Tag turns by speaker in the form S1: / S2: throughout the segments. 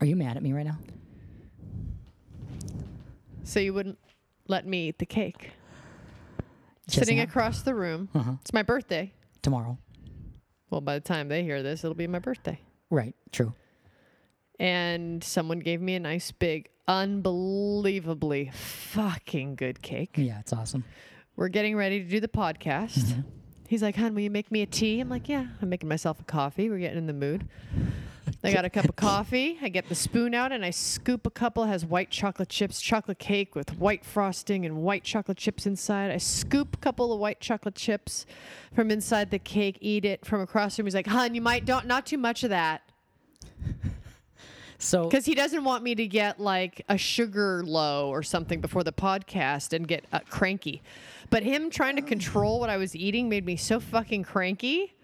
S1: Are you mad at me right now?
S2: So you wouldn't let me eat the cake.
S1: Just
S2: Sitting
S1: now?
S2: across the room.
S1: Uh-huh.
S2: It's my birthday.
S1: Tomorrow.
S2: Well, by the time they hear this, it'll be my birthday.
S1: Right. True.
S2: And someone gave me a nice big, unbelievably fucking good cake.
S1: Yeah, it's awesome.
S2: We're getting ready to do the podcast.
S1: Mm-hmm.
S2: He's like, "Hon, will you make me a tea?" I'm like, "Yeah, I'm making myself a coffee. We're getting in the mood." I got a cup of coffee. I get the spoon out and I scoop a couple. It has white chocolate chips, chocolate cake with white frosting and white chocolate chips inside. I scoop a couple of white chocolate chips from inside the cake. Eat it from across the room. He's like, "Hon, you might don't not too much of that."
S1: So
S2: Because he doesn't want me to get like a sugar low or something before the podcast and get uh, cranky. But him trying to control what I was eating made me so fucking cranky.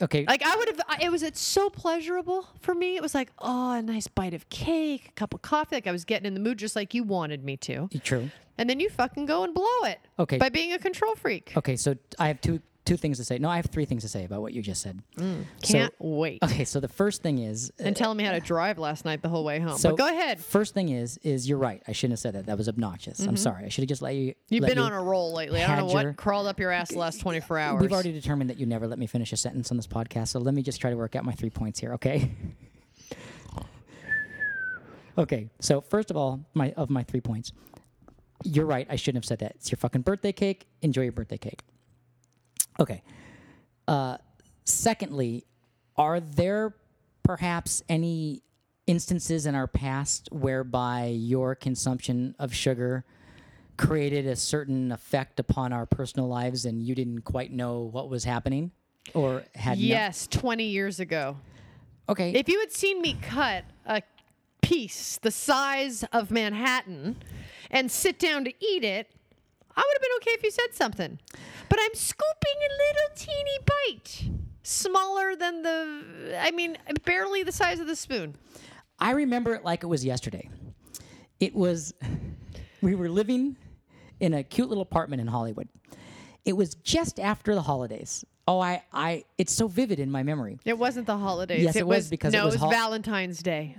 S1: okay,
S2: Like I would have, I- it was it's so pleasurable for me. It was like oh, a nice bite of cake, a cup of coffee. Like I was getting in the mood just like you wanted me to.
S1: true.
S2: And then you fucking go and blow it.
S1: Okay.
S2: By being a control freak.
S1: Okay, so I have two two things to say. No, I have three things to say about what you just said. So-
S2: Mm. Can't wait.
S1: okay, so the first thing is
S2: And telling me how to drive last night the whole way home.
S1: So
S2: but go ahead. Mm-hmm.
S1: First thing is, is you're right. I shouldn't have said that. That was obnoxious. I'm sorry. I should have just let you.
S2: You've
S1: let
S2: been
S1: you-
S2: on a roll lately. I don't know
S1: had your-
S2: what crawled up your ass the last 24 hours.
S1: We've already determined that you never let me finish a sentence on this podcast. So let me just try to work out my three points here. Okay. okay. So first of all, my of my three points, you're right. I shouldn't have said that. It's your fucking birthday cake. Enjoy your birthday cake. Okay. Secondly, are there perhaps any instances in our past whereby your consumption of sugar created a certain effect upon our personal lives and you didn't quite know what was happening or had no-
S2: Yes, 20 years ago.
S1: okay
S2: If you had seen me cut a piece the size of Manhattan and sit down to eat it, I would have been okay if you said something. But I'm scooping a little teeny bite, smaller than the, I mean, barely the size of the spoon.
S1: I remember it like it was yesterday. It was, we were living in a cute little apartment in Hollywood. It was just after the holidays. Oh, I, I, it's so vivid in my memory.
S2: It wasn't the holidays.
S1: Yes, it was because it
S2: no,
S1: was hol-
S2: Valentine's Day.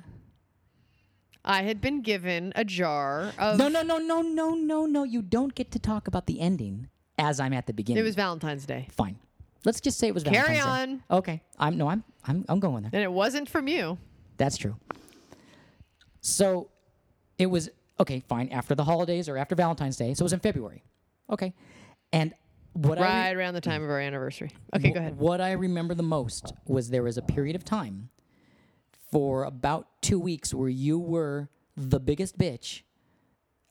S2: I had been given a jar of.
S1: No, no, no, no, no, no, no. You don't get to talk about the ending as I'm at the beginning.
S2: It was Valentine's Day,
S1: fine. Let's just say it was
S2: Carry
S1: Valentine's Day. Okay. I'm no, I'm I'm I'm going there.
S2: and it wasn't from you.
S1: That's true. So it was okay, fine, after the holidays or after Valentine's Day. So it was in February. Okay. And what I re-
S2: Right around the time of our anniversary. Okay, go
S1: Wh-
S2: ahead.
S1: What I remember the most was there was a period of time for about two weeks where you were the biggest bitch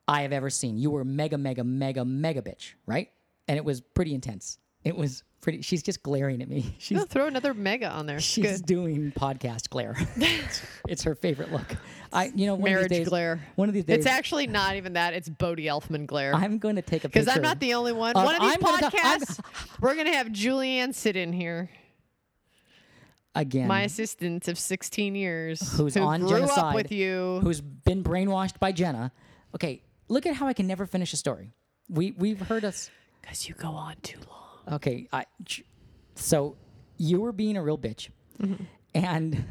S1: I have ever seen. You were mega, mega, mega, mega bitch, right? And it was pretty intense. It was pretty. She's just glaring at me. She's
S2: No, throw another mega on there.
S1: she's
S2: Good.
S1: doing podcast glare. it's, it's her favorite look. I, you know, one of
S2: Marriage
S1: these days,
S2: glare.
S1: One of these days,
S2: It's actually not even that. It's Bodie Elfman glare.
S1: I'm going to take a picture
S2: Because I'm not the only one.
S1: of-
S2: one of these
S1: Uh, I'm gonna ta- I'm-
S2: podcasts, we're going to have Julianne sit in here,
S1: again.
S2: my assistant of 16 years,
S1: Mm. who's
S2: who
S1: on
S2: grew
S1: genocide,
S2: up with you.
S1: who's been brainwashed by Jenna. Okay, look at how I can never finish a story. We we've heard us.
S2: Because you go on too long.
S1: Okay, I. ch- So you were being a real bitch,
S2: Mm-hmm.
S1: and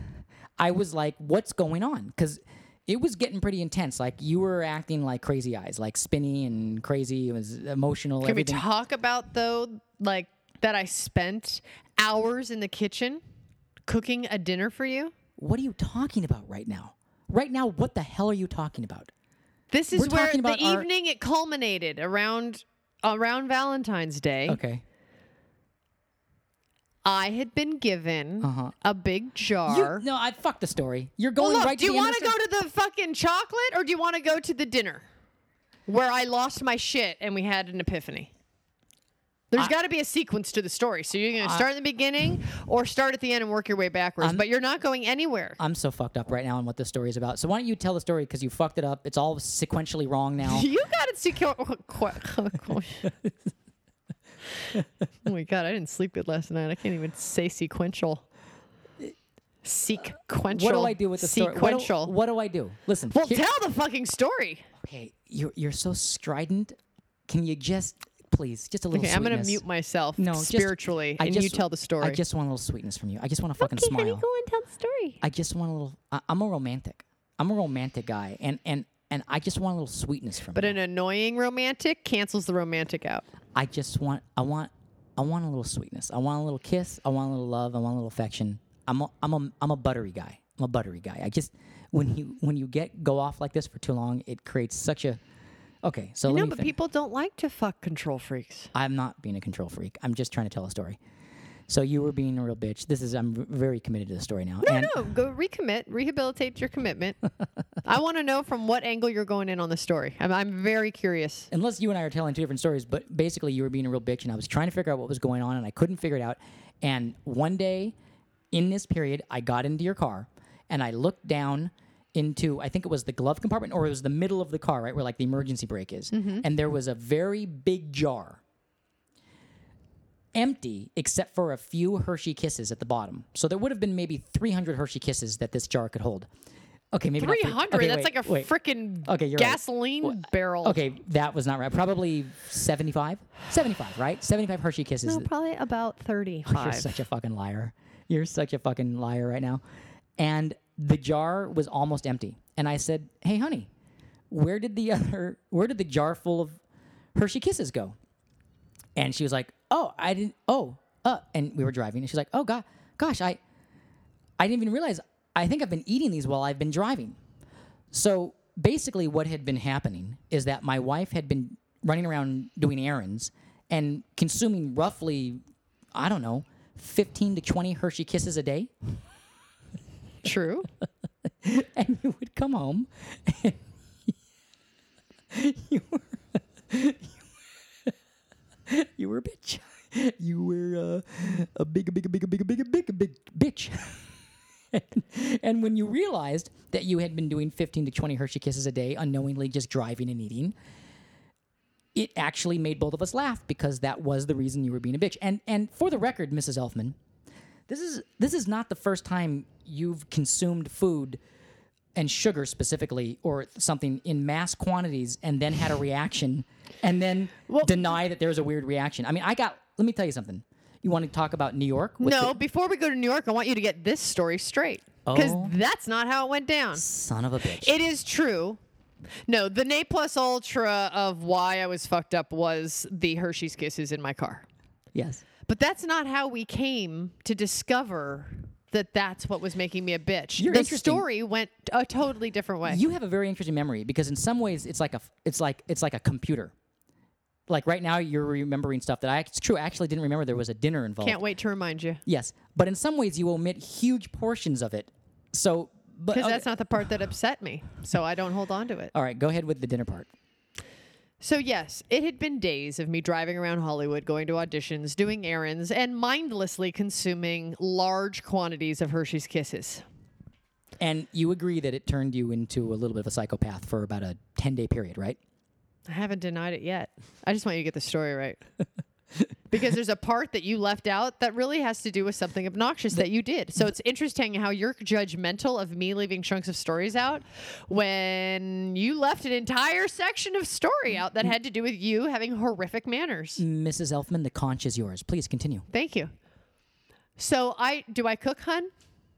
S1: I was like, "What's going on?" Because it was getting pretty intense. Like you were acting like crazy eyes, like spinny and crazy. It was emotional.
S2: Can
S1: everything.
S2: we talk about though, like that I spent hours in the kitchen cooking a dinner for you?
S1: what are you talking about right now? Right now, what the hell are you talking about?
S2: This is
S1: We're
S2: where
S1: talking
S2: the
S1: about our-
S2: evening it culminated around around Valentine's Day.
S1: Okay.
S2: I had been given a big jar.
S1: Uh-huh. You, no, I fucked the story. You're
S2: Well,
S1: going
S2: look,
S1: right
S2: do
S1: to
S2: you
S1: the end
S2: want
S1: of
S2: to
S1: the
S2: go
S1: story.
S2: to the fucking chocolate or do you want to go to the dinner where I lost my shit and we had an epiphany? There's got to be a sequence to the story. So you're going to start in the beginning or start at the end and work your way backwards, but you're not going anywhere.
S1: I'm so fucked up right now on what this story is about. So why don't you tell the story because you fucked it up. It's all sequentially wrong now.
S2: you got it secure. oh my God, I didn't sleep good last night. I can't even say sequential.
S1: uh,
S2: Sequential.
S1: what do I do with the story? What do-
S2: Sequential.
S1: What do, I do? Listen.
S2: well,
S1: here-
S2: tell the fucking story.
S1: okay, you're you're so strident. Can you just please just a little?
S2: Okay, I'm gonna
S1: sweetness?
S2: mute myself
S1: No, just-
S2: spiritually,
S1: I
S2: and you
S1: just-
S2: tell the story.
S1: I just want a little sweetness from you. I just want to fucking smile.
S2: and tell the story.
S1: I just want a little. I, I'm a romantic. I'm a romantic guy, and and and I just want a little sweetness from.
S2: But
S1: you.
S2: an annoying romantic cancels the romantic out.
S1: I just want I want I want a little sweetness. I want a little kiss. I want a little love. I want a little affection. I'm a, I'm a, I'm a buttery guy. I'm a buttery guy. I just when you when you get go off like this for too long, it creates such a okay. So let
S2: No,
S1: me
S2: but
S1: fin-
S2: people don't like to fuck control freaks.
S1: I'm not being a control freak. I'm just trying to tell a story. So you were being a real bitch. This is I'm v- very committed to the story now. and
S2: No, go recommit, rehabilitate your commitment. I want to know from what angle you're going in on the story. I'm, I'm very curious.
S1: unless you and I are telling two different stories, but basically you were being a real bitch and I was trying to figure out what was going on and I couldn't figure it out. And one day in this period, I got into your car and I looked down into I think it was the glove compartment or it was the middle of the car, right, where like the emergency brake is.
S2: Mm-hmm.
S1: And there was a very big jar. Empty except for a few Hershey kisses at the bottom. So there would have been maybe 300 Hershey kisses that this jar could hold. Okay, maybe not
S2: 300?
S1: okay,
S2: That's
S1: wait,
S2: like a
S1: wait.
S2: freaking
S1: Okay, you're right.
S2: gasoline barrel.
S1: Okay, that was not right. Probably 75? 75, right? 75 Hershey Kisses.
S2: No, probably about
S1: You're
S2: 35.
S1: such a fucking liar. You're such a fucking liar right now. And the jar was almost empty. And I said, "Hey honey, where did the other where did the jar full of Hershey Kisses go?" And she was like, "Oh, I didn't oh, uh." And we were driving and she's like, "Oh god, gosh, I I didn't even realize I think I've been eating these while I've been driving." So basically, what had been happening is that my wife had been running around doing errands and consuming roughly, I don't know, 15 to 20 Hershey kisses a day.
S2: True.
S1: And you would come home and you were, you were a bitch. You were uh, a big, big, big, big, big, big, big bitch. and when you realized that you had been doing 15 to 20 Hershey kisses a day, unknowingly just driving and eating, it actually made both of us laugh because that was the reason you were being a bitch. And and for the record, Mrs. Elfman, this is this is not the first time you've consumed food and sugar specifically or something in mass quantities and then had a reaction and then deny that there's a weird reaction. I mean, I got let me tell you something. You want to talk about New York? with
S2: No,
S1: the-
S2: before we go to New York, I want you to get this story straight. Because
S1: Oh.
S2: that's not how it went down.
S1: son of a bitch.
S2: It is true. No, the ne plus ultra of why I was fucked up was the Hershey's Kisses in my car.
S1: yes.
S2: But that's not how we came to discover that that's what was making me a bitch.
S1: You're
S2: the
S1: interesting.
S2: story went a totally different way.
S1: You have a very interesting memory because in some ways it's like a it's like it's like a computer. Like right now you're remembering stuff that I it's true I actually didn't remember there was a dinner involved.
S2: Can't wait to remind you.
S1: Yes, but in some ways you omit huge portions of it. So but
S2: Because
S1: okay.
S2: that's not the part that upset me. So I don't hold on to it.
S1: All right, go ahead with the dinner part.
S2: So, yes, it had been days of me driving around Hollywood, going to auditions, doing errands, and mindlessly consuming large quantities of Hershey's Kisses.
S1: And you agree that it turned you into a little bit of a psychopath for about a 10-day period, right?
S2: I haven't denied it yet. I just want you to get the story right. because there's a part that you left out that really has to do with something obnoxious that you did. So it's interesting how you're judgmental of me leaving chunks of stories out when you left an entire section of story out that had to do with you having horrific manners.
S1: Mrs. Elfman, the conch is yours. Please continue.
S2: Thank you. So I do I cook, hun?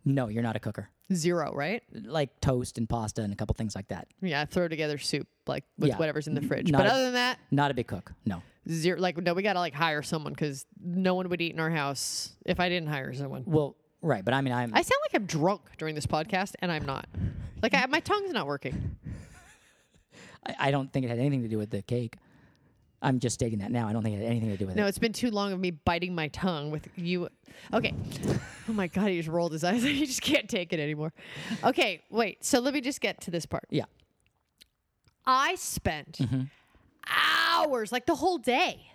S1: No, you're not a cooker.
S2: Zero, right?
S1: Like toast and pasta and a couple things like that.
S2: Yeah, I throw together soup like with
S1: Yeah.
S2: whatever's in the fridge.
S1: Not
S2: but
S1: a-
S2: other than that,
S1: Not a big cook. No.
S2: zero like no we gotta like hire someone because no one would eat in our house if i didn't hire someone
S1: Well, right, but I mean I'm
S2: i sound like i'm drunk during this podcast and i'm not like I, my tongue's not working
S1: I, I don't think it had anything to do with the cake. I'm just stating that now. I don't think it had anything to do with
S2: no
S1: it.
S2: it's been too long of me biting my tongue with you okay oh my god he just rolled his eyes he just can't take it anymore okay wait so let me just get to this part
S1: Yeah.
S2: i spent
S1: Mm-hmm.
S2: hours like the whole day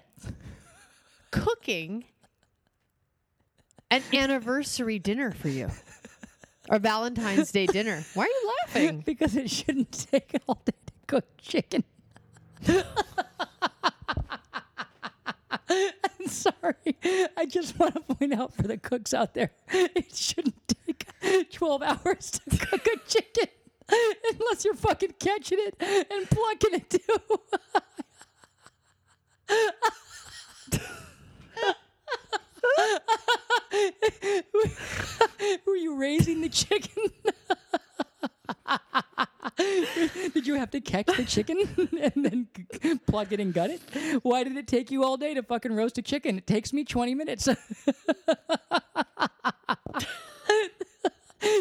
S2: cooking an anniversary dinner for you or Valentine's Day dinner. Why are you laughing?
S1: Because it shouldn't take all day to cook chicken. I'm sorry. I just want to point out for the cooks out there, it shouldn't take 12 hours to cook a chicken unless you're fucking catching it and plucking it too. Were you raising the chicken? you have to catch the chicken and then c- pluck it and gut it? Why did it take you all day to fucking roast a chicken? It takes me 20 minutes.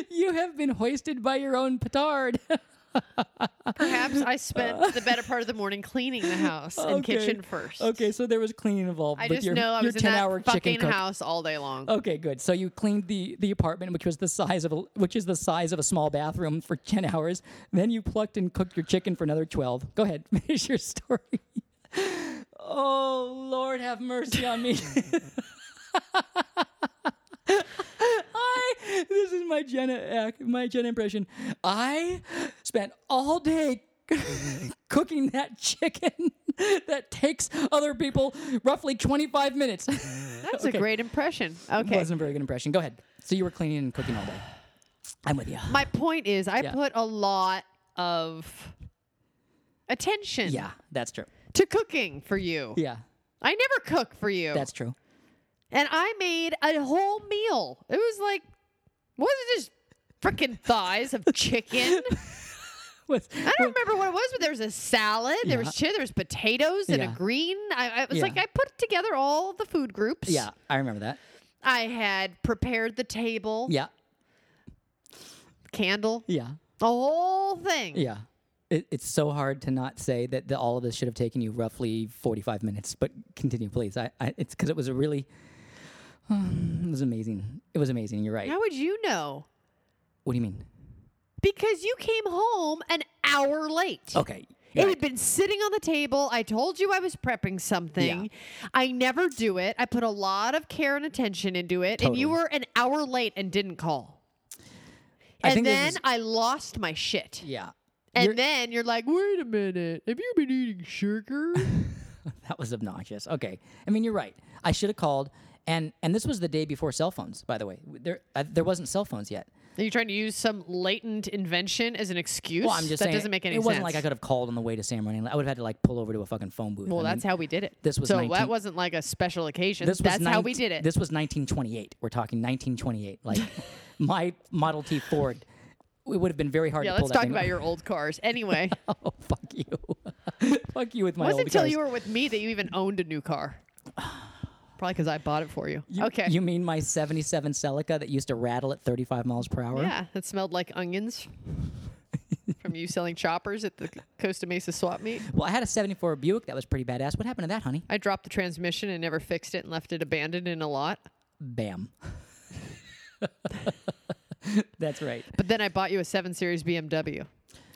S1: you have been hoisted by your own petard.
S2: Perhaps I spent the better part of the morning cleaning the house and
S1: Okay.
S2: kitchen first.
S1: Okay, so there was cleaning involved.
S2: I
S1: but
S2: just
S1: your,
S2: know I
S1: your
S2: was in that
S1: hour chicken
S2: fucking
S1: cook. Oh,
S2: house all day long.
S1: Okay, good. So you cleaned the the apartment, which was the size of a, which is the size of a small bathroom for ten hours. Then you plucked and cooked your chicken for another twelve. Go ahead, finish your story. Oh Lord, have mercy on me. I this is my Jenna act, my Jenna impression. I spent all day cooking that chicken that takes other people roughly twenty five minutes.
S2: That's
S1: okay.
S2: a great impression. Okay.
S1: Wasn't a very good impression. Go ahead. So you were cleaning and cooking all day. I'm with you.
S2: My point is, I
S1: Yeah.
S2: put a lot of attention
S1: Yeah, that's true.
S2: to cooking for you.
S1: Yeah,
S2: I never cook for you.
S1: that's true.
S2: and I made a whole meal. It was like, wasn't just freaking thighs of chicken.
S1: Was-
S2: I don't remember what it was, but there was a salad, there was chili, there was potatoes and
S1: Yeah.
S2: a green. I, I was
S1: Yeah.
S2: like, I put together all the food groups.
S1: yeah, I remember that.
S2: I had prepared the table,
S1: Yeah,
S2: candle,
S1: yeah,
S2: the whole thing.
S1: yeah. It, it's so hard to not say that the, all of this should have taken you roughly 45 minutes. But continue, please. I, I it's because it was a really, it was amazing. It was amazing. You're right.
S2: How would you know?
S1: What do you mean?
S2: Because you came home an hour late.
S1: Okay.
S2: It
S1: you're right.
S2: had been sitting on the table. I told you I was prepping something. I never do it. I put a lot of care and attention into it, and you
S1: Totally.
S2: were an hour late and didn't call.
S1: I
S2: And
S1: think this
S2: then
S1: is-
S2: I lost my shit.
S1: Yeah.
S2: And
S1: You're-
S2: then you're like, wait a minute, have you been eating sugar?
S1: That was obnoxious. Okay, I mean you're right. I should have called, and and this was the day before cell phones. By the way, there uh, there wasn't cell phones yet.
S2: Are you trying to use some latent invention as an excuse?
S1: Well, I'm just
S2: that
S1: saying
S2: doesn't make any
S1: it
S2: sense.
S1: wasn't like I could have called on the way to Sam Running. I would have had to like pull over to a fucking phone booth. I
S2: Well,
S1: mean,
S2: that's how we did it.
S1: this was
S2: so
S1: 19
S2: that wasn't like a special occasion.
S1: This was
S2: that's how
S1: 19
S2: we did it.
S1: This was 1928. We're talking 1928. Like my Model T Ford, it would have been very hard
S2: yeah,
S1: to pull
S2: let's talk
S1: that
S2: about
S1: thing.
S2: your old cars. Anyway, it
S1: oh, fuck you, fuck you with my
S2: wasn't
S1: old
S2: until
S1: cars.
S2: you were with me that you even owned a new car. Probably because I bought it for you.
S1: You-
S2: okay.
S1: You mean my 77 Celica that used to rattle at 35 miles per hour?
S2: yeah, it smelled like onions from you selling choppers at the Costa Mesa swap meet.
S1: Well, I had a 74 Buick that was pretty badass. What happened to that, honey?
S2: I dropped the transmission and never fixed it and left it abandoned in a lot.
S1: Bam. That's right.
S2: But then I bought you a 7 Series BMW.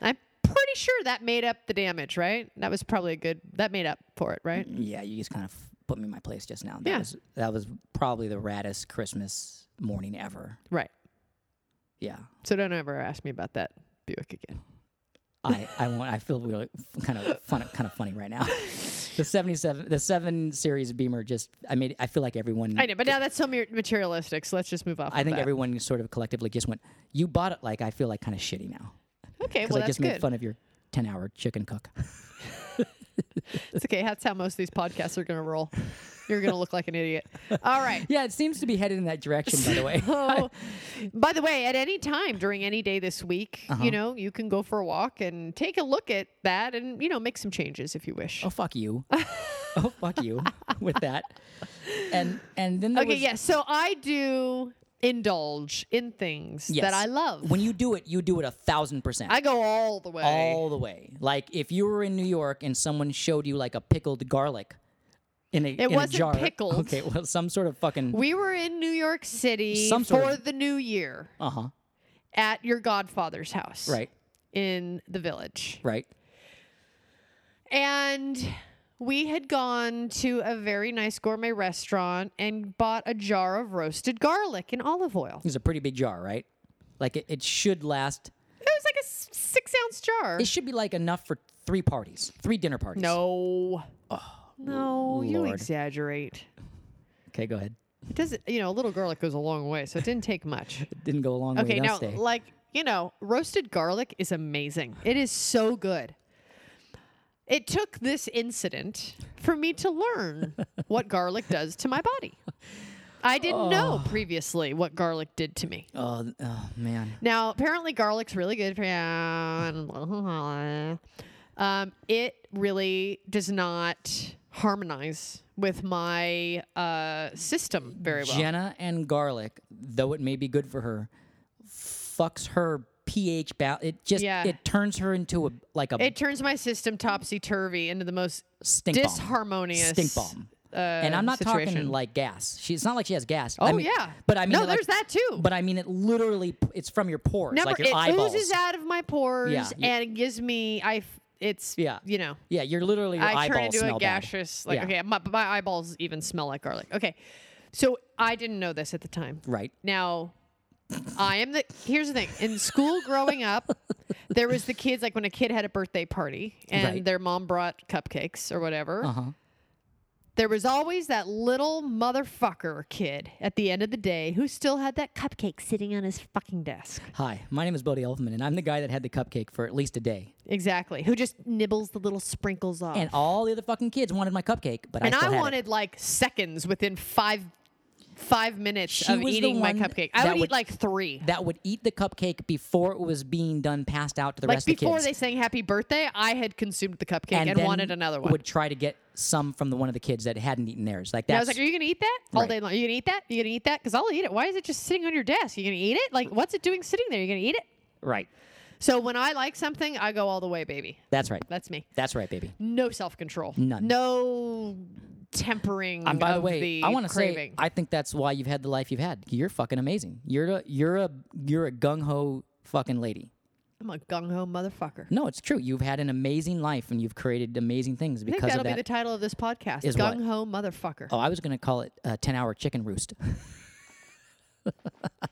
S2: I'm pretty sure that made up the damage, right? That was probably a good, that made up for it, right?
S1: Yeah, you just kind of put me in my place just now. That
S2: Yeah.
S1: was that was probably the raddest Christmas morning ever.
S2: Right.
S1: Yeah.
S2: So don't ever ask me about that Buick again.
S1: Mm-hmm. I, I won't I feel really kind of fun kind of funny right now. The 77 the 7 series Beamer just I made I feel like everyone
S2: I know, but now that's so mer- materialistic. So let's just move off.
S1: I
S2: of
S1: think
S2: that.
S1: everyone sort of collectively just went you bought it like I feel like kind of shitty now
S2: Okay,
S1: cuz I
S2: well that's
S1: just made
S2: good.
S1: fun of your 10 hour chicken cook.
S2: It's okay. That's how most of these podcasts are going to roll. You're going to look like an idiot. All right.
S1: Yeah, it seems to be headed in that direction by the way.
S2: So, by the way, at any time during any day this week,
S1: Uh-huh.
S2: you know, you can go for a walk and take a look at that, and you know, make some changes if you wish.
S1: Oh fuck you. oh fuck you with that. And and then there
S2: okay.
S1: was,
S2: Yes. so I do indulge in things
S1: Yes.
S2: that I love.
S1: When you do it, you do it a thousand percent.
S2: I go all the way.
S1: all the way. Like if you were in New York and someone showed you like a pickled garlic in a in a
S2: wasn't
S1: jar.
S2: pickled.
S1: Okay, well some sort of fucking
S2: we were in New York City
S1: Some sort
S2: for
S1: of-
S2: the New Year
S1: uh huh.
S2: at your godfather's house.
S1: Right,
S2: in the village.
S1: right.
S2: And we had gone to a very nice gourmet restaurant and bought a jar of roasted garlic in olive oil. It
S1: It's a pretty big jar, right? Like it, it should last.
S2: was like a s- six ounce jar.
S1: It should be like enough for three parties, three dinner parties.
S2: no. no, you
S1: Lord.
S2: exaggerate.
S1: Okay, go ahead.
S2: It doesn't, you know, a little garlic goes a long way, so it didn't take much.
S1: It didn't go a long
S2: Okay,
S1: way.
S2: now,
S1: without stay.
S2: like, you know, roasted garlic is amazing. It is so good. It took this incident for me to learn what garlic does to my body. I didn't know previously what garlic did to me.
S1: Oh, th- oh man.
S2: Now, apparently, garlic's really good for you. and Um, it really does not harmonize with my uh, system very well.
S1: Jenna and garlic, though it may be good for her, fucks her pH balance. It just
S2: Yeah.
S1: it turns her into a like a
S2: it turns my system topsy turvy into the most
S1: stink bomb.
S2: disharmonious
S1: Stink bomb.
S2: Uh,
S1: and I'm not talking
S2: situation.
S1: like gas. She, it's not like she has gas.
S2: Oh
S1: I mean,
S2: yeah,
S1: but I mean
S2: no,
S1: like-
S2: there's that too.
S1: But I mean it literally. It's from your pores,
S2: Number,
S1: like your
S2: it
S1: eyeballs.
S2: oozes out of my pores,
S1: Yeah, you-
S2: and it gives me I. f- It's
S1: Yeah.
S2: you know.
S1: Yeah, you're literally your
S2: I turn
S1: eyeballs
S2: into
S1: smell
S2: a gaseous. Like
S1: Yeah.
S2: okay, my, my eyeballs even smell like garlic. Okay, so I didn't know this at the time.
S1: bad. Right.
S2: Now, I am the. Here's the thing. In school, growing up, there was the kids like when a kid had a birthday party and
S1: Right.
S2: their mom brought cupcakes or whatever.
S1: Uh huh.
S2: There was always that little motherfucker kid at the end of the day who still had that cupcake sitting on his fucking desk.
S1: Hi, my name is Bodie Elfman, and I'm the guy that had the cupcake for at least a day.
S2: Exactly. Who just nibbles the little sprinkles off.
S1: And all the other fucking kids wanted my cupcake, but
S2: and
S1: I
S2: I,
S1: still had it.
S2: wanted like seconds within five five minutes
S1: She
S2: of
S1: was the
S2: eating my
S1: one
S2: cupcake. I
S1: that
S2: would,
S1: would-
S2: eat like three.
S1: that would eat the cupcake before it was being done passed out to the
S2: Like
S1: rest of the
S2: before
S1: kids.
S2: they sang happy birthday, I had consumed the cupcake and,
S1: then
S2: wanted another one.
S1: Would try to get some from the one of the kids that hadn't eaten theirs. Like
S2: and I
S1: that's
S2: was like, "Are you gonna eat that all
S1: Right.
S2: day long? Are you gonna eat that? Are you gonna eat that? Because I'll eat it. Why is it just sitting on your desk? you gonna eat it? Like, what's it doing sitting there? you gonna eat it?"
S1: right.
S2: So when I like something, I go all the way, baby.
S1: That's right.
S2: That's me.
S1: That's right, baby.
S2: No self control.
S1: None.
S2: No tempering.
S1: And by the
S2: of
S1: way,
S2: the
S1: I want to say
S2: craving.
S1: I think that's why you've had the life you've had. You're fucking amazing. You're a you're a you're a gung ho fucking lady.
S2: I'm a gung ho motherfucker.
S1: No, it's true. You've had an amazing life and you've created amazing things
S2: I think
S1: because
S2: that'll
S1: of that.
S2: be the title of this podcast.
S1: Is what?
S2: Gung ho motherfucker.
S1: oh, I was gonna call it a ten hour chicken roast.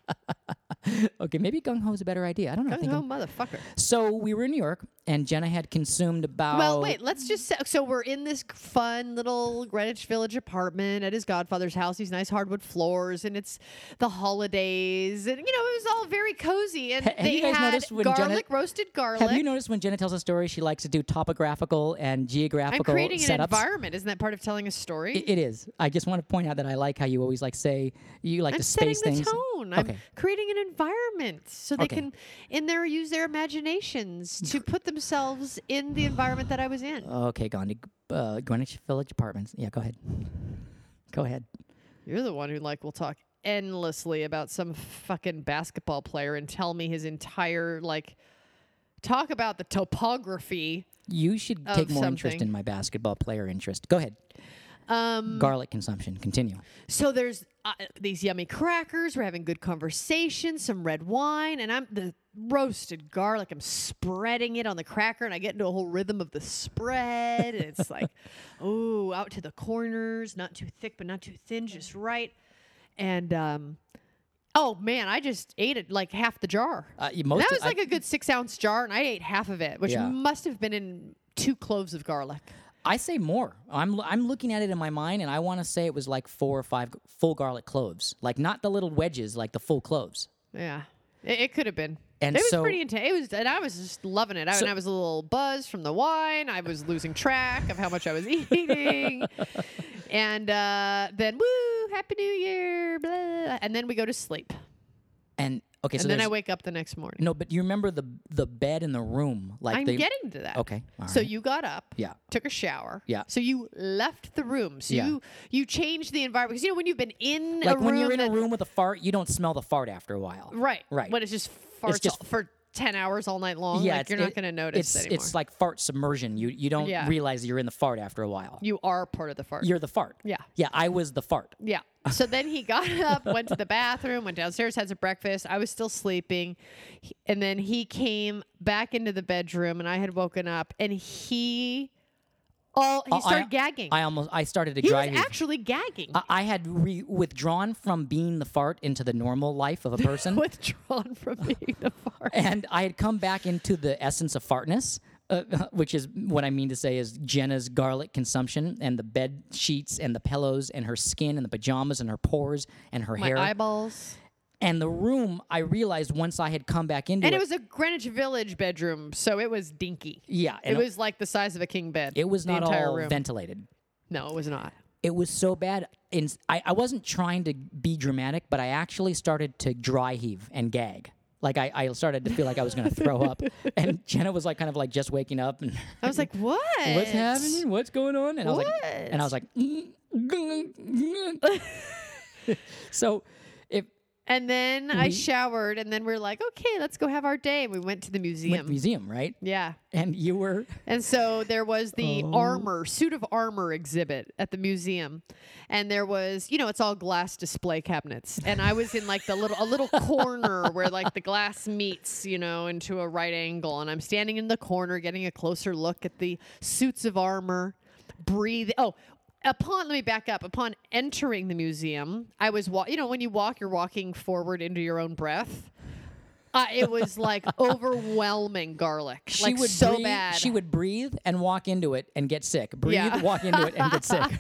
S1: okay, maybe gung ho is a better idea. I don't know. I
S2: Gung
S1: think
S2: ho
S1: I'm-
S2: motherfucker.
S1: So we were in New York, and Jenna had consumed about.
S2: Well, wait. Let's just say, so we're in this fun little Greenwich Village apartment at his godfather's house. These nice hardwood floors, and it's the holidays, and you know it was all very cozy. And
S1: Ha- have
S2: they
S1: you guys
S2: had
S1: noticed when Jenna-
S2: garlic roasted garlic.
S1: Have you noticed when Jenna tells a story, she likes to do topographical and
S2: I'm
S1: geographical
S2: creating an
S1: setups?
S2: environment. Isn't that part of telling a story?
S1: I- it is. I just want to point out that I like how you always like say you like
S2: I'm
S1: to
S2: setting
S1: space
S2: the
S1: things.
S2: tone.
S1: Okay.
S2: I'm creating an environment so they
S1: Okay.
S2: can, in there, use their imaginations to put themselves in the environment that I was in.
S1: Okay, Gandhi. Uh, Greenwich Village Apartments. Yeah, go ahead. Go ahead.
S2: You're the one who like will talk endlessly about some fucking basketball player and tell me his entire like talk about the topography.
S1: You should
S2: Of
S1: take more interest
S2: something.
S1: in my basketball player interest. Go ahead.
S2: Um,
S1: Garlic consumption. Continue.
S2: so there's uh, these yummy crackers. We're having good conversation, some red wine, and I'm the roasted garlic. I'm spreading it on the cracker, and I get into a whole rhythm of the spread. and it's like, oh, out to the corners, not too thick, but not too thin, just right. And um, oh man, I just ate it like half the jar.
S1: Uh, you- most
S2: that
S1: of-
S2: was
S1: I-
S2: like a good six ounce jar, and I ate half of it, which
S1: Yeah.
S2: must have been in two cloves of garlic.
S1: I say more. I'm I'm looking at it in my mind, and I want to say it was like four or five full garlic cloves, like not the little wedges, like the full cloves.
S2: Yeah, it, it could have been.
S1: And
S2: it was
S1: so-
S2: pretty intense. It was, and I was just loving it. I, and I was a little buzzed from the wine. I was losing track of how much I was eating. and uh, then, woo, happy New Year, blah. And then we go to sleep.
S1: And okay, so
S2: and then I
S1: there's-
S2: wake up the next morning.
S1: no, but you remember the the bed in the room, like
S2: I'm
S1: they,
S2: getting to that.
S1: okay, all
S2: So
S1: right.
S2: you got up.
S1: yeah,
S2: took a shower.
S1: Yeah.
S2: So you left the room. So
S1: Yeah.
S2: you you changed the environment because you know when you've been in a
S1: like
S2: room
S1: when you're in a
S2: that-
S1: room with a fart, you don't smell the fart after a while,
S2: right
S1: Right.
S2: when it's just farts
S1: just-
S2: all- for ten hours all night long.
S1: Yeah,
S2: like,
S1: it's-
S2: you're not
S1: it-
S2: going to
S1: It's
S2: notice anymore.
S1: it's like fart submersion. You you don't
S2: Yeah.
S1: realize you're in the fart after a while.
S2: you are part of the fart.
S1: You're the fart.
S2: yeah.
S1: yeah. I was the fart.
S2: Yeah. So then he got up, went to the bathroom, went downstairs, had some breakfast. I was still sleeping. He- And then he came back into the bedroom and I had woken up and he all he
S1: Oh, I-
S2: started
S1: I,
S2: gagging.
S1: I almost I started to
S2: he was
S1: drive. you-
S2: actually gagging.
S1: I- I had re- withdrawn from being the fart into the normal life of a person.
S2: withdrawn from being the fart.
S1: and I had come back into the essence of fartness, uh, which is what I mean to say is Jenna's garlic consumption and the bed sheets and the pillows and her skin and the pajamas and her pores and her
S2: My
S1: hair
S2: eyeballs.
S1: and the room. I realized once I had come back into
S2: And it was a Greenwich Village bedroom, so it was dinky.
S1: yeah,
S2: It
S1: and
S2: was like the size of a king bed.
S1: it was
S2: the
S1: not
S2: entire
S1: all
S2: room.
S1: ventilated.
S2: no, it was not.
S1: It was so bad. in, I, I wasn't trying to be dramatic, but I actually started to dry heave and gag. Like I, I started to feel like I was going to throw up, and Jenna was like kind of like just waking up and
S2: I was like, what?
S1: what's happening? What's going on? And I was like, and I was like, so if
S2: And then I
S1: We-
S2: showered, and then we are like, okay, let's go have our day. And we went to the museum.
S1: went museum, right?
S2: yeah.
S1: And you were
S2: And so there was the
S1: Oh.
S2: armor, suit of armor exhibit at the museum. And there was, you know, it's all glass display cabinets. And I was in like the little a little corner where like the glass meets, you know, into a right angle and I'm standing in the corner getting a closer look at the suits of armor. Breathe. Oh, upon let me back up. Upon entering the museum, I was wa- you know, when you walk, you're walking forward into your own breath. Uh, it was like overwhelming garlic.
S1: she
S2: like
S1: would
S2: so
S1: breathe,
S2: bad.
S1: She would breathe and walk into it and get sick. Breathe,
S2: Yeah.
S1: walk into it and get sick.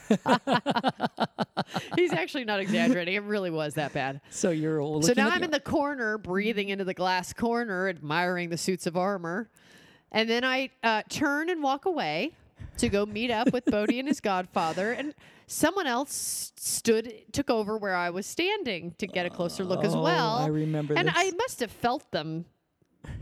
S2: He's actually not exaggerating. It really was that bad.
S1: so you're looking
S2: So now
S1: at
S2: I'm in the corner, breathing into the glass corner, admiring the suits of armor. And then I uh, turn and walk away to go meet up with Bodhi and his godfather. And someone else stood, took over where I was standing to get a closer look as
S1: Oh,
S2: well.
S1: I remember
S2: And
S1: this.
S2: I must have felt them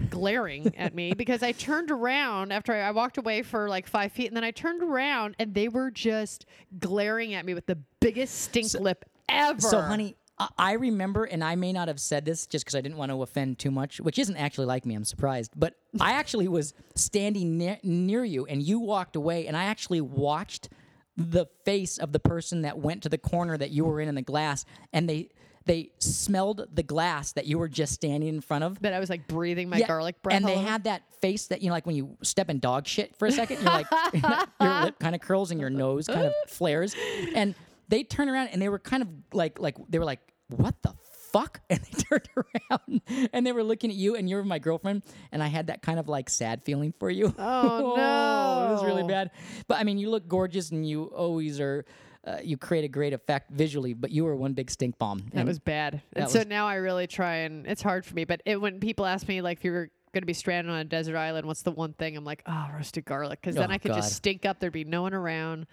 S2: glaring at me because I turned around after I, I walked away for like five feet. And then I turned around and they were just glaring at me with the biggest stink lip ever.
S1: So, honey, I- I remember, and I may not have said this just because I didn't want to offend too much, which isn't actually like me. I'm surprised, but I actually was standing near, near you, and you walked away, and I actually watched the face of the person that went to the corner that you were in in the glass, and they they smelled the glass that you were just standing in front of.
S2: that I was like breathing my
S1: Yeah,
S2: garlic breath.
S1: And
S2: all
S1: they
S2: over.
S1: had that face that you know, like when you step in dog shit for a second, you're like your lip kind of curls and your nose kind of flares. And they turn around and they were kind of like like they were like, What the fuck? And they turned around and they were looking at you and you were my girlfriend and I had that kind of like sad feeling for you.
S2: Oh,
S1: it was really
S2: no.
S1: bad. But I mean you look gorgeous and you always are uh, you create a great effect visually, but you were one big stink bomb.
S2: that
S1: And-
S2: was bad. And
S1: that
S2: so
S1: was-
S2: now I really try and it's hard for me. But it, when people ask me like if you're going to be stranded on a desert island, what's the one thing? I'm like, oh, roasted garlic, because then
S1: Oh,
S2: I could
S1: God.
S2: just stink up. There'd be no one around.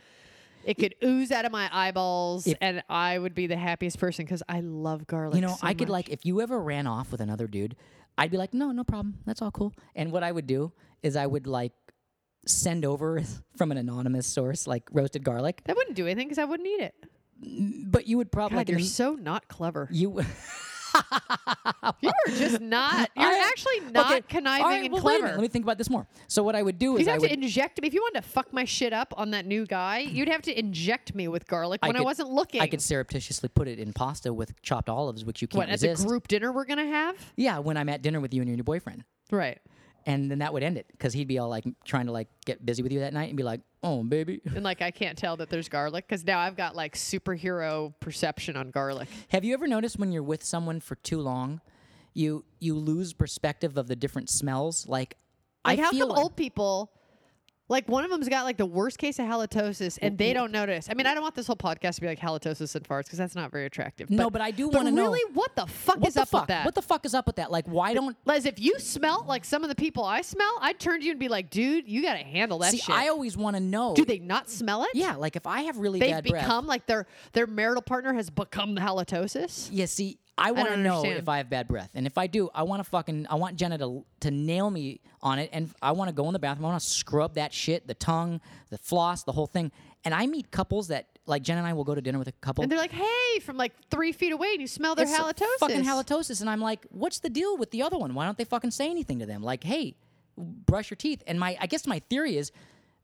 S2: It could ooze out of my eyeballs, and I would be the happiest person because I love garlic.
S1: You know,
S2: so
S1: I could
S2: much.
S1: like if you ever ran off with another dude, I'd be like, no, no problem, that's all cool. And what I would do is I would like send over from an anonymous source like roasted garlic,
S2: that wouldn't do anything because I wouldn't eat it.
S1: but you would probably
S2: God,
S1: like
S2: you're
S1: n-
S2: so not clever.
S1: you.
S2: You're just not. You're
S1: I-
S2: actually not
S1: Okay,
S2: conniving
S1: all right,
S2: and
S1: well, wait a
S2: clever.
S1: minute, Let me think about this more. So what I would do is
S2: You'd
S1: I
S2: have
S1: would
S2: to inject me. If you wanted to fuck my shit up on that new guy, you'd have to inject me with garlic when I
S1: could-
S2: wasn't looking.
S1: I could surreptitiously put it in pasta with chopped olives, which you can't
S2: what, at the
S1: resist.
S2: group dinner we're going to have?
S1: yeah, when I'm at dinner with you and your new boyfriend.
S2: Right.
S1: And then that would end it because he'd be all like trying to like get busy with you that night and be like, "Oh, baby,
S2: And like, I can't tell that there's garlic because now I've got like superhero perception on garlic.
S1: Have you ever noticed when you're with someone for too long, you you lose perspective of the different smells? Like,
S2: Like,
S1: I
S2: how
S1: feel
S2: come old people, like, one of them's got like the worst case of halitosis and they don't notice? I mean, I don't want this whole podcast to be like halitosis and farts because that's not very attractive.
S1: No, but I do wanna know-
S2: Really, what the fuck
S1: what
S2: is
S1: the
S2: up
S1: fuck?
S2: with that?
S1: What the fuck is up with that? Like, why don't
S2: Les, if you smelt like some of the people I smell, I'd turn to you and be like, dude, you got to handle that
S1: see?
S2: shit.
S1: I always want to know.
S2: Do they not smell it?
S1: Yeah, like if I have really
S2: They've
S1: bad breath.
S2: become like their their marital partner has become the halitosis.
S1: Yeah, see, I want to
S2: don't
S1: know
S2: understand.
S1: if I have bad breath, and if I do, I want to fucking, I want Jenna to to nail me on it, and I want to go in the bathroom, I want to scrub that shit, the tongue, the floss, the whole thing. And I meet couples that like Jenna and I will go to dinner with a couple,
S2: And they're like, hey, from like three feet away, and you smell their
S1: It's
S2: halitosis.
S1: Fucking halitosis. And I'm like, what's the deal with the other one? Why don't they fucking say anything to them? Like, hey, brush your teeth. And my, I guess my theory is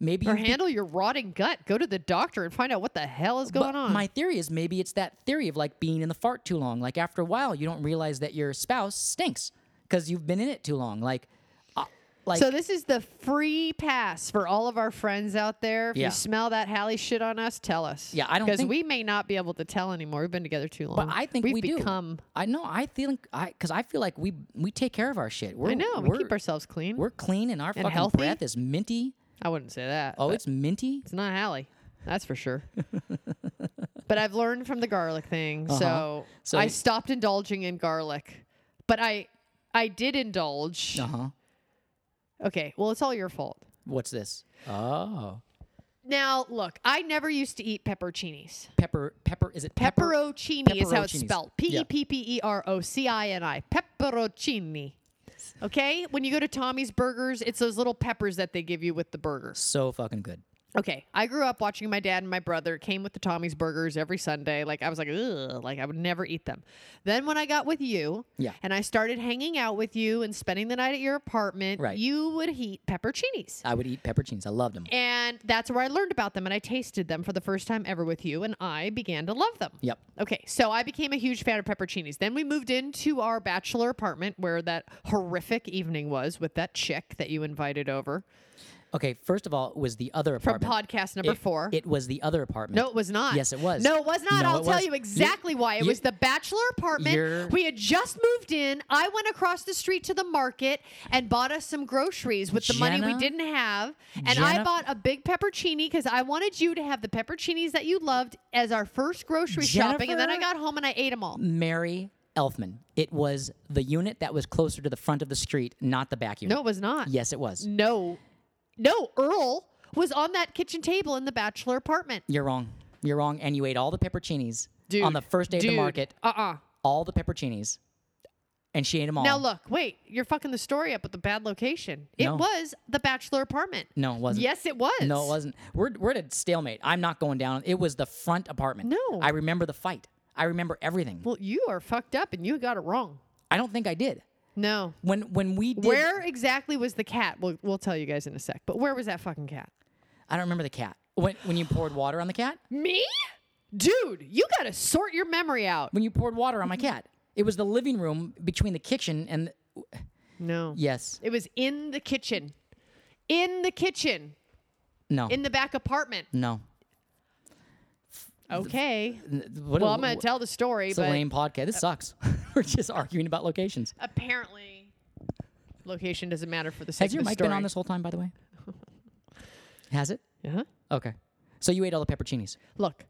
S1: maybe
S2: Or
S1: you-
S2: handle your rotting gut. Go to the doctor and find out what the hell is going
S1: but
S2: on.
S1: My theory is maybe it's that theory of like being in the fart too long. Like after a while, you don't realize that your spouse stinks because you've been in it too long. Like, uh, like
S2: so this is the free pass for all of our friends out there. If
S1: Yeah.
S2: you smell that Hallie shit on us, tell us.
S1: Yeah, I don't
S2: because
S1: think-
S2: we may not be able to tell anymore. We've been together too long.
S1: but I think
S2: we've
S1: we
S2: become.
S1: do. I know. I think I because I feel like we we take care of our shit. We're,
S2: I know we
S1: We're,
S2: keep ourselves clean.
S1: we're clean and our fucking
S2: healthy.
S1: breath is minty.
S2: I wouldn't say that.
S1: Oh,
S2: but-
S1: it's minty.
S2: It's not Hallie. That's for sure. but I've learned from the garlic thing, so,
S1: Uh-huh. So
S2: I
S1: you-
S2: stopped indulging in garlic. But I I did indulge.
S1: Uh huh.
S2: Okay, well it's all your fault.
S1: What's this? Oh.
S2: Now, look, I never used to eat pepperoncinis.
S1: Pepper, pepper, is it pepper?
S2: Pepperoncini is how it's
S1: Pepperoncinis.
S2: spelled. P
S1: Yeah.
S2: E P P E R O C I N I. Pepperoncini. Okay? When you go to Tommy's Burgers, it's those little peppers that they give you with the burgers.
S1: So fucking good.
S2: Okay. I grew up watching my dad and my brother It came with the Tommy's Burgers every Sunday. Like, I was like, ugh, like I would never eat them. Then when I got with you
S1: Yeah.
S2: and I started hanging out with you and spending the night at your apartment,
S1: Right.
S2: you would eat pepperoncinis.
S1: I would eat pepperoncinis. I loved them.
S2: And that's where I learned about them and I tasted them for the first time ever with you and I began to love them.
S1: Yep.
S2: Okay, so I became a huge fan of pepperoncinis. Then we moved into our bachelor apartment where that horrific evening was with that chick that you invited over
S1: Okay, first of all, it was the other
S2: from
S1: apartment.
S2: podcast number
S1: it,
S2: four.
S1: It was the other apartment.
S2: no, it was not.
S1: Yes, it was.
S2: No, it was not.
S1: No,
S2: I'll
S1: it
S2: tell
S1: was.
S2: you exactly why. It
S1: you-
S2: was the bachelor
S1: You're-
S2: apartment. We had just moved in. I went across the street to the market and bought us some groceries with the money we
S1: Jenna-
S2: didn't have. And I
S1: Jenna-
S2: bought a big peppercini because I wanted you to have the pepperoncinis that you loved as our first grocery shopping. And then I
S1: Jennifer-
S2: got home and I ate them all.
S1: Mary Elfman. It was the unit that was closer to the front of the street, not the back unit.
S2: No, it was not.
S1: Yes, it was.
S2: No. No, Earl was on that kitchen table in the bachelor apartment.
S1: You're wrong. You're wrong. And you ate all the pepperoncinis
S2: Dude.
S1: on the first day of
S2: Dude.
S1: the market.
S2: Uh-uh.
S1: All the pepperoncinis, and she ate them all.
S2: Now look, wait, you're fucking the story up with the bad location. It
S1: Oh. No.
S2: was the bachelor apartment.
S1: No, it wasn't.
S2: Yes, it was.
S1: No, it wasn't. We're we're at a stalemate. I'm not going down. It was the front apartment.
S2: No.
S1: I remember the fight. I remember everything.
S2: Well, you are fucked up and you got it wrong.
S1: I don't think I did.
S2: No.
S1: When when we did,
S2: Where exactly was the cat? We'll, we'll tell you guys in a sec. But where was that fucking cat?
S1: I don't remember the cat. When when you poured water on the cat.
S2: Me? Dude, you got to sort your memory out.
S1: When you poured water on my cat. It was the living room between the kitchen and
S2: No.
S1: yes.
S2: It was in the kitchen. In the kitchen.
S1: No.
S2: In the back apartment.
S1: no.
S2: Okay.
S1: What
S2: Well,
S1: a,
S2: I'm going to tell the story,
S1: It's a
S2: but uh,
S1: lame podcast. This sucks. We're just arguing about locations.
S2: apparently, location doesn't matter for the sake
S1: Has your
S2: of the
S1: mic
S2: story.
S1: been on this whole time, by the way? Has it?
S2: Uh-huh.
S1: Okay. So you ate all the pepperoncinis.
S2: Look,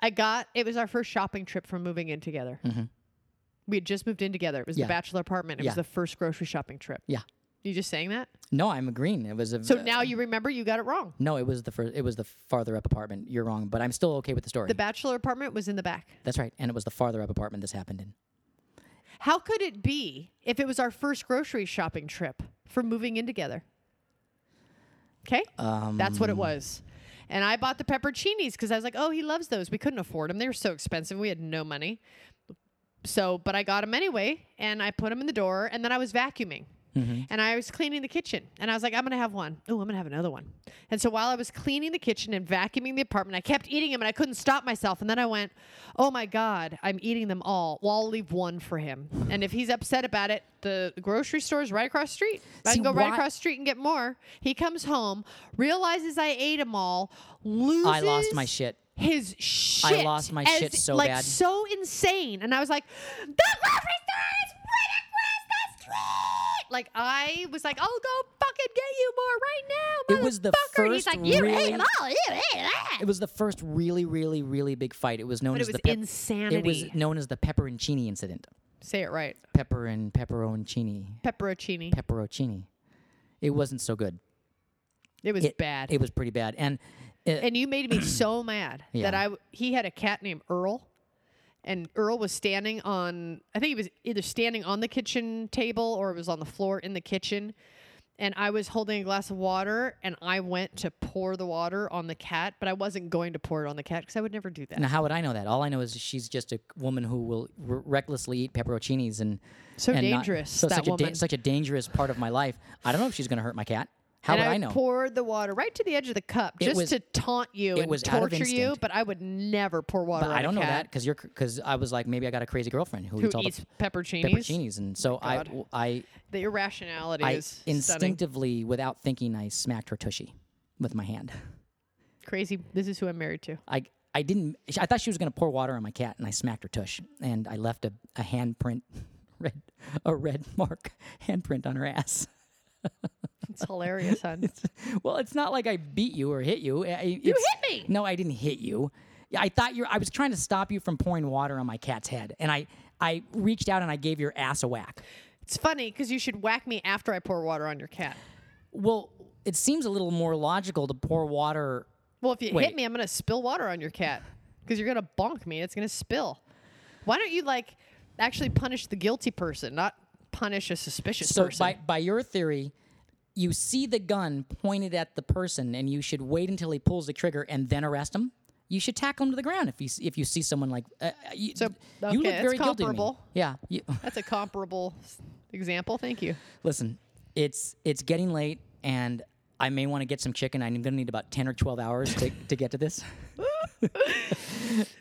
S2: I got it was our first shopping trip from moving in together. We had just moved in together. It was
S1: Mm-hmm. Yeah.
S2: the bachelor apartment. It
S1: Yeah.
S2: was the first grocery shopping trip.
S1: Yeah.
S2: You just saying that?
S1: No, I'm agreeing. It was a
S2: So now you remember you got it wrong.
S1: No, it was the first. It was the farther up apartment. You're wrong, but I'm still okay with the story.
S2: The bachelor apartment was in the back.
S1: That's right, and it was the farther up apartment this happened in.
S2: How could it be if it was our first grocery shopping trip for moving in together? Okay?
S1: Um,
S2: That's what it was. And I bought the pepperoncinis because I was like, oh, he loves those. We couldn't afford them. They were so expensive. We had no money. So, but I got them anyway and I put them in the door and then I was vacuuming.
S1: Mm-hmm.
S2: And I was cleaning the kitchen and I was like, I'm going to have one. Oh, I'm going to have another one. And so while I was cleaning the kitchen and vacuuming the apartment, I kept eating them and I couldn't stop myself. And then I went, oh my God, I'm eating them all. Well, I'll leave one for him. And if he's upset about it, the grocery store is right across the street. I
S1: See,
S2: can go right
S1: why-
S2: across the street and get more. He comes home, realizes I ate them all, loses
S1: I lost my shit.
S2: his shit.
S1: I lost my
S2: as,
S1: shit so
S2: like,
S1: bad.
S2: so insane. And I was like, the grocery store is right across the street. Like I was like, I'll go fucking get you more right now.
S1: It was the
S2: motherfucker." And he's
S1: first
S2: like, you ate
S1: really-
S2: them all. You ate that.
S1: It was the first really, really, really big fight. It was known
S2: But it
S1: as
S2: was
S1: the pep-
S2: insanity.
S1: It was known as the pepperoncini incident.
S2: Say it right.
S1: Pepper and pepperoncini,
S2: Pepperoncini.
S1: pepperoncini. It wasn't so good.
S2: it was
S1: It
S2: bad.
S1: It was pretty bad, and it,
S2: and you made me so mad that
S1: Yeah.
S2: I w- he had a cat named Earl, and Earl was standing on I think he was either standing on the kitchen table or it was on the floor in the kitchen, and I was holding a glass of water and I went to pour the water on the cat, but I wasn't going to pour it on the cat because I would never do that.
S1: now how would I know that? All I know is she's just a woman who will r- recklessly eat pepperoncinis and
S2: So
S1: and not-
S2: dangerous,
S1: so
S2: that
S1: such a
S2: woman.
S1: da- such a dangerous part of my life. I don't know if she's going to hurt my cat. How
S2: and
S1: would
S2: I,
S1: I, know?
S2: poured the water right to the edge of the cup just
S1: was-
S2: to taunt you
S1: it
S2: and
S1: was out of
S2: torture you,
S1: instinct.
S2: but I would never pour water.
S1: But
S2: on
S1: I don't
S2: a
S1: know
S2: cat
S1: that because you're because I was like maybe I got a crazy girlfriend who, eats all
S2: Who eats
S1: the
S2: pepperoncinis?
S1: pepperoncinis, and so I
S2: God.
S1: I
S2: The irrationality
S1: I
S2: is stunning.
S1: instinctively without thinking I smacked her tushy with my hand.
S2: Crazy. This is who I'm married to.
S1: I I didn't I thought she was gonna pour water on my cat and I smacked her tush and I left a a handprint red a red mark handprint on her ass.
S2: It's hilarious, hon.
S1: Well, it's not like I beat you or hit you. you
S2: hit me!
S1: No, I didn't hit you. Yeah, I thought you. I was trying to stop you from pouring water on my cat's head, and I I reached out and I gave your ass a whack.
S2: It's funny because you should whack me after I pour water on your cat.
S1: Well, it seems a little more logical to pour water.
S2: Well, if you
S1: Wait.
S2: hit me, I'm gonna spill water on your cat because you're gonna bonk me. It's gonna spill. Why don't you like actually punish the guilty person, not punish a suspicious
S1: So
S2: person?
S1: by by your theory, you see the gun pointed at the person, and you should wait until he pulls the trigger and then arrest him. You should tackle him to the ground if you s- if you see someone like uh, uh, you,
S2: So, okay,
S1: you look
S2: that's
S1: very guilty. to me.
S2: comparable.
S1: Yeah, you,
S2: That's a comparable s- example. Thank you.
S1: Listen, it's it's getting late, and I may want to get some chicken. I'm gonna need about ten or twelve hours to, to get to this.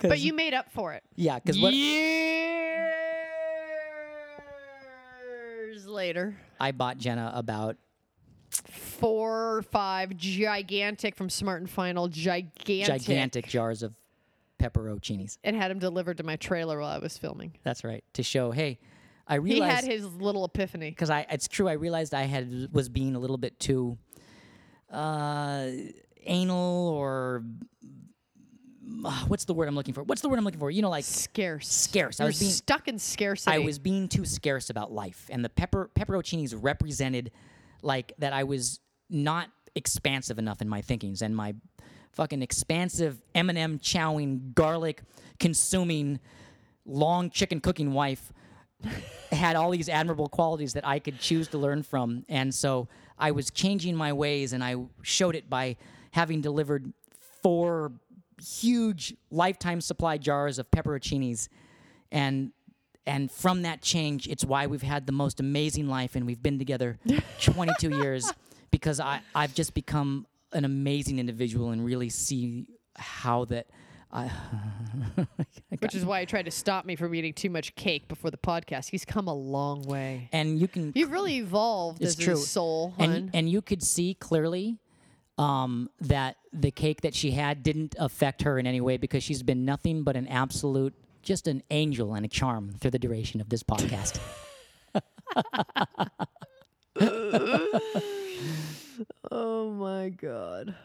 S2: But you made up for it.
S1: Yeah, because what
S2: Years later,
S1: I bought Jenna about
S2: four or five gigantic from Smart and Final, gigantic.
S1: gigantic jars of pepperoncinis.
S2: And had them delivered to my trailer while I was filming.
S1: That's right. To show, hey, I
S2: He
S1: realized
S2: had his little epiphany.
S1: because I it's true. I realized I had was being a little bit too uh, anal or uh, what's the word I'm looking for? What's the word I'm looking for? You know, like
S2: Scarce.
S1: Scarce. I
S2: You were
S1: was being-
S2: stuck in scarcity.
S1: I was being too scarce about life, and the pepper pepperoncinis represented like that I was not expansive enough in my thinkings, and my fucking expansive M&M chowing garlic consuming long chicken cooking wife had all these admirable qualities that I could choose to learn from, and so I was changing my ways, and I showed it by having delivered four huge lifetime supply jars of pepperoncinis and and from that change it's why we've had the most amazing life and we've been together 22 years because I, i've just become an amazing individual and really see how that i,
S2: which is why he tried to stop me from eating too much cake before the podcast. He's come a long way.
S1: and you can
S2: You've really evolved
S1: It's
S2: as
S1: true.
S2: a soul, hun.
S1: and, and you could see clearly um, that the cake that she had didn't affect her in any way because she's been nothing but an absolute just an angel and a charm through the duration of this podcast
S2: oh my god.